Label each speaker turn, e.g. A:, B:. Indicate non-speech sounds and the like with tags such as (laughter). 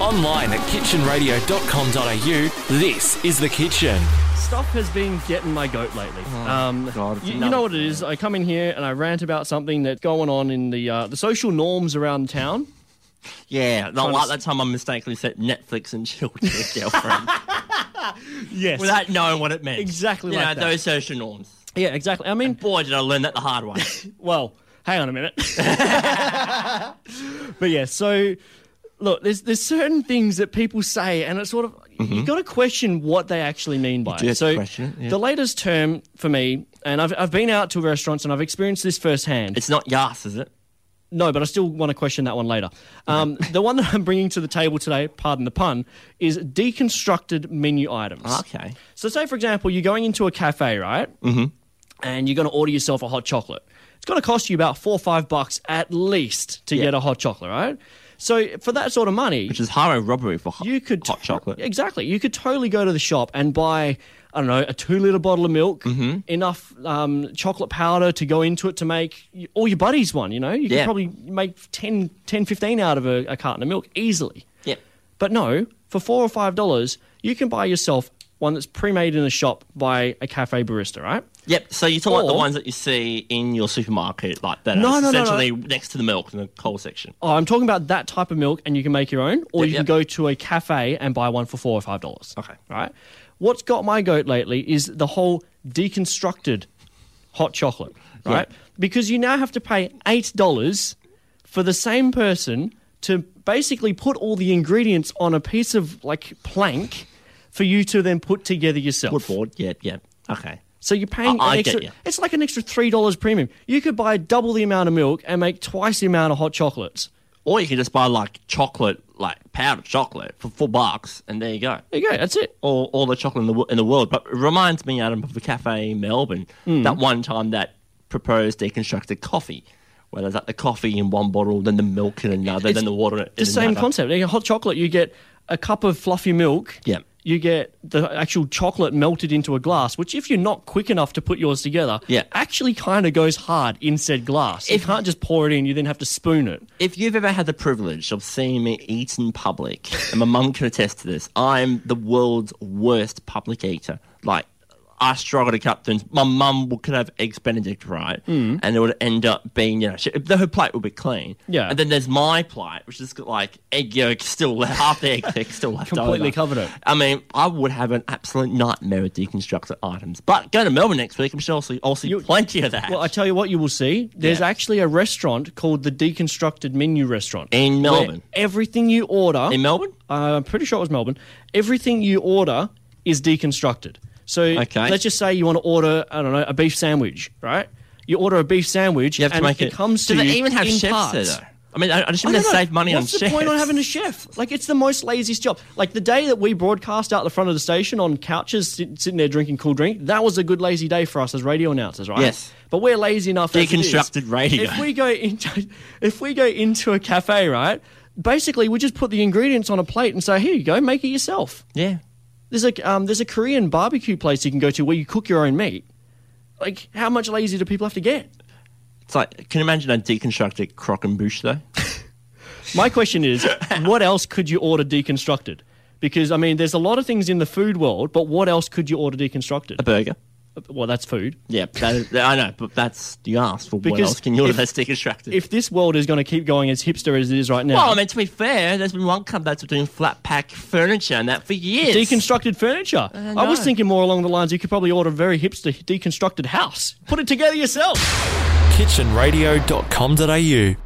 A: Online at kitchenradio.com.au. This is The Kitchen.
B: Stuff has been getting my goat lately. um,
C: God, it's
B: you, you
C: another
B: know what it is. I come in here and I rant about something that's going on in the uh, the social norms around town.
C: Yeah,
D: Not
B: to
D: like
B: s-
D: that time I mistakenly said Netflix and (laughs) chill to
B: (laughs)
D: a girlfriend
B: Yes.
D: without knowing what it meant.
B: Exactly
D: You
B: like
D: know,
B: that.
D: those social norms.
B: yeah, exactly. I mean,
D: Boy, did I learn that the hard
B: (laughs)
D: way.
B: well, hang on a minute. but yeah, so look, there's there's certain things that people say, and it's sort of you've got to question what they actually mean by
D: do
B: it.
D: have to
B: So
D: question it, yeah.
B: the latest term for me, and I've I've been out to restaurants and I've experienced this firsthand.
D: it's not Yas, is it?
B: No, but I still want to question that one later. Um, the one that I'm bringing to the table today, pardon the pun, is deconstructed menu items.
D: Ah, Okay.
B: So, say for example, you're going into a cafe, right? Mm-hmm. And you're going to order yourself a hot chocolate. It's going to cost you about four or five bucks at least to get a hot chocolate, right? So, for that sort of money,
D: Which is highway robbery for hot,
B: you could
D: hot
B: to-
D: chocolate.
B: Exactly. You could totally go to the shop and buy, I don't know, a two liter bottle of milk,
D: Mm-hmm.
B: enough um, chocolate powder to go into it to make y- all your buddies one. You know, you could
D: Yeah.
B: probably make 10, 10 15 out of a, a carton of milk easily.
D: Yep.
B: But no, for four or five dollars, you can buy yourself one that's pre-made in a shop by a cafe barista, right?
D: Yep. So you're talking about
B: Or-
D: the ones that you see in your supermarket, like that.
B: No,
D: are
B: no, no, no.
D: essentially next to the milk in the coal section.
B: Oh, I'm talking about that type of milk, and you can make your own, or
D: Yep,
B: you can
D: yep.
B: go to a cafe and buy one for four or five dollars.
D: Okay.
B: right. What's got my goat lately is the whole deconstructed hot chocolate, right? Because you now have to pay eight dollars for the same person to basically put all the ingredients on a piece of like plank for you to then put together yourself.
D: Woodboard. Yep. Yep. Okay.
B: So you're paying
D: I- I
B: an
D: get
B: extra.
D: you.
B: It's like an extra three dollars premium. You could buy double the amount of milk and make twice the amount of hot chocolates.
D: Or you can just buy like chocolate, like powdered chocolate for four bucks, and there you go.
B: There you go. That's it.
D: all, all the chocolate in the, wo- in the world. But it reminds me, Adam, of the cafe in Melbourne.
B: Mm.
D: That one time that proposed deconstructed coffee, where there's like the coffee in one bottle, then the milk in another,
B: It's
D: then the water in
B: the same
D: another.
B: concept. In hot chocolate, you get a cup of fluffy milk.
D: Yeah.
B: You get the actual chocolate melted into a glass, which, if you're not quick enough to put yours together,
D: Yeah.
B: actually kind of goes hard in said glass. you
D: If-
B: can't just pour it in, you then have to spoon it.
D: If you've ever had the privilege of seeing me eat in public, and my mum can attest to this, I'm the world's worst public eater. Like, I struggle to cut things. My mum would- could have eggs Benedict, right?
B: Mm.
D: And it would end up being, you know, she, her plate would be clean.
B: Yeah.
D: And then there's my plate, which is got, like egg yolk still left, half the egg thick still left
B: Completely
D: over.
B: covered it.
D: I mean, I would have an absolute nightmare of deconstructed items. But go to Melbourne next week, I'm sure I'll see, I'll see
B: You-
D: plenty of that.
B: Well, I tell you what, you will see. There's
D: Yeah.
B: actually a restaurant called the Deconstructed Menu Restaurant
D: In
B: where
D: Melbourne.
B: Everything you order
D: in Melbourne?
B: Uh, I'm pretty sure it was Melbourne. Everything you order is deconstructed. So
D: Okay.
B: let's just say you want to order, I don't know, a beef sandwich, right? You order a beef sandwich,
D: You have to
B: and
D: make
B: it, comes to
D: Do
B: you
D: they even have
B: in
D: chefs there,
B: parts.
D: though? I mean, I, I just
B: I
D: mean they
B: don't know.
D: save money
B: What's the
D: on chefs.
B: point on having a chef? Like, it's the most laziest job. Like, the day that we broadcast out the front of the station on couches, sit, sitting there drinking cool drink, that was a good lazy day for us as radio announcers, right?
D: Yes.
B: But we're lazy enough. as it is.
D: Deconstructed radio.
B: If we go into, if we go into a cafe, right? Basically, we just put the ingredients on a plate and say, "Here you go, make it yourself."
D: Yeah.
B: There's a um, there's a Korean barbecue place you can go to where you cook your own meat. Like, how much lazy do people have to get?
D: It's like, can you imagine a deconstructed crock and bush, though?
B: My question
D: (laughs)
B: is, what else could you order deconstructed? Because I mean, there's a lot of things in the food world, but what else could you order
D: A
B: deconstructed?
D: burger?
B: Well, that's food.
D: Yeah, that is, I know, but that's, you asked for what
B: Because
D: else can you order
B: if-
D: that's deconstructed?
B: If this world is going to keep going as hipster as it is right now,
D: well, I mean, to be fair, there's been one company that's been doing flat pack furniture and that for years.
B: deconstructed furniture.
D: Uh,
B: I was
D: no.
B: thinking more along the lines you could probably order a very hipster deconstructed house. Put it together yourself.
A: kitchenradio.com.au.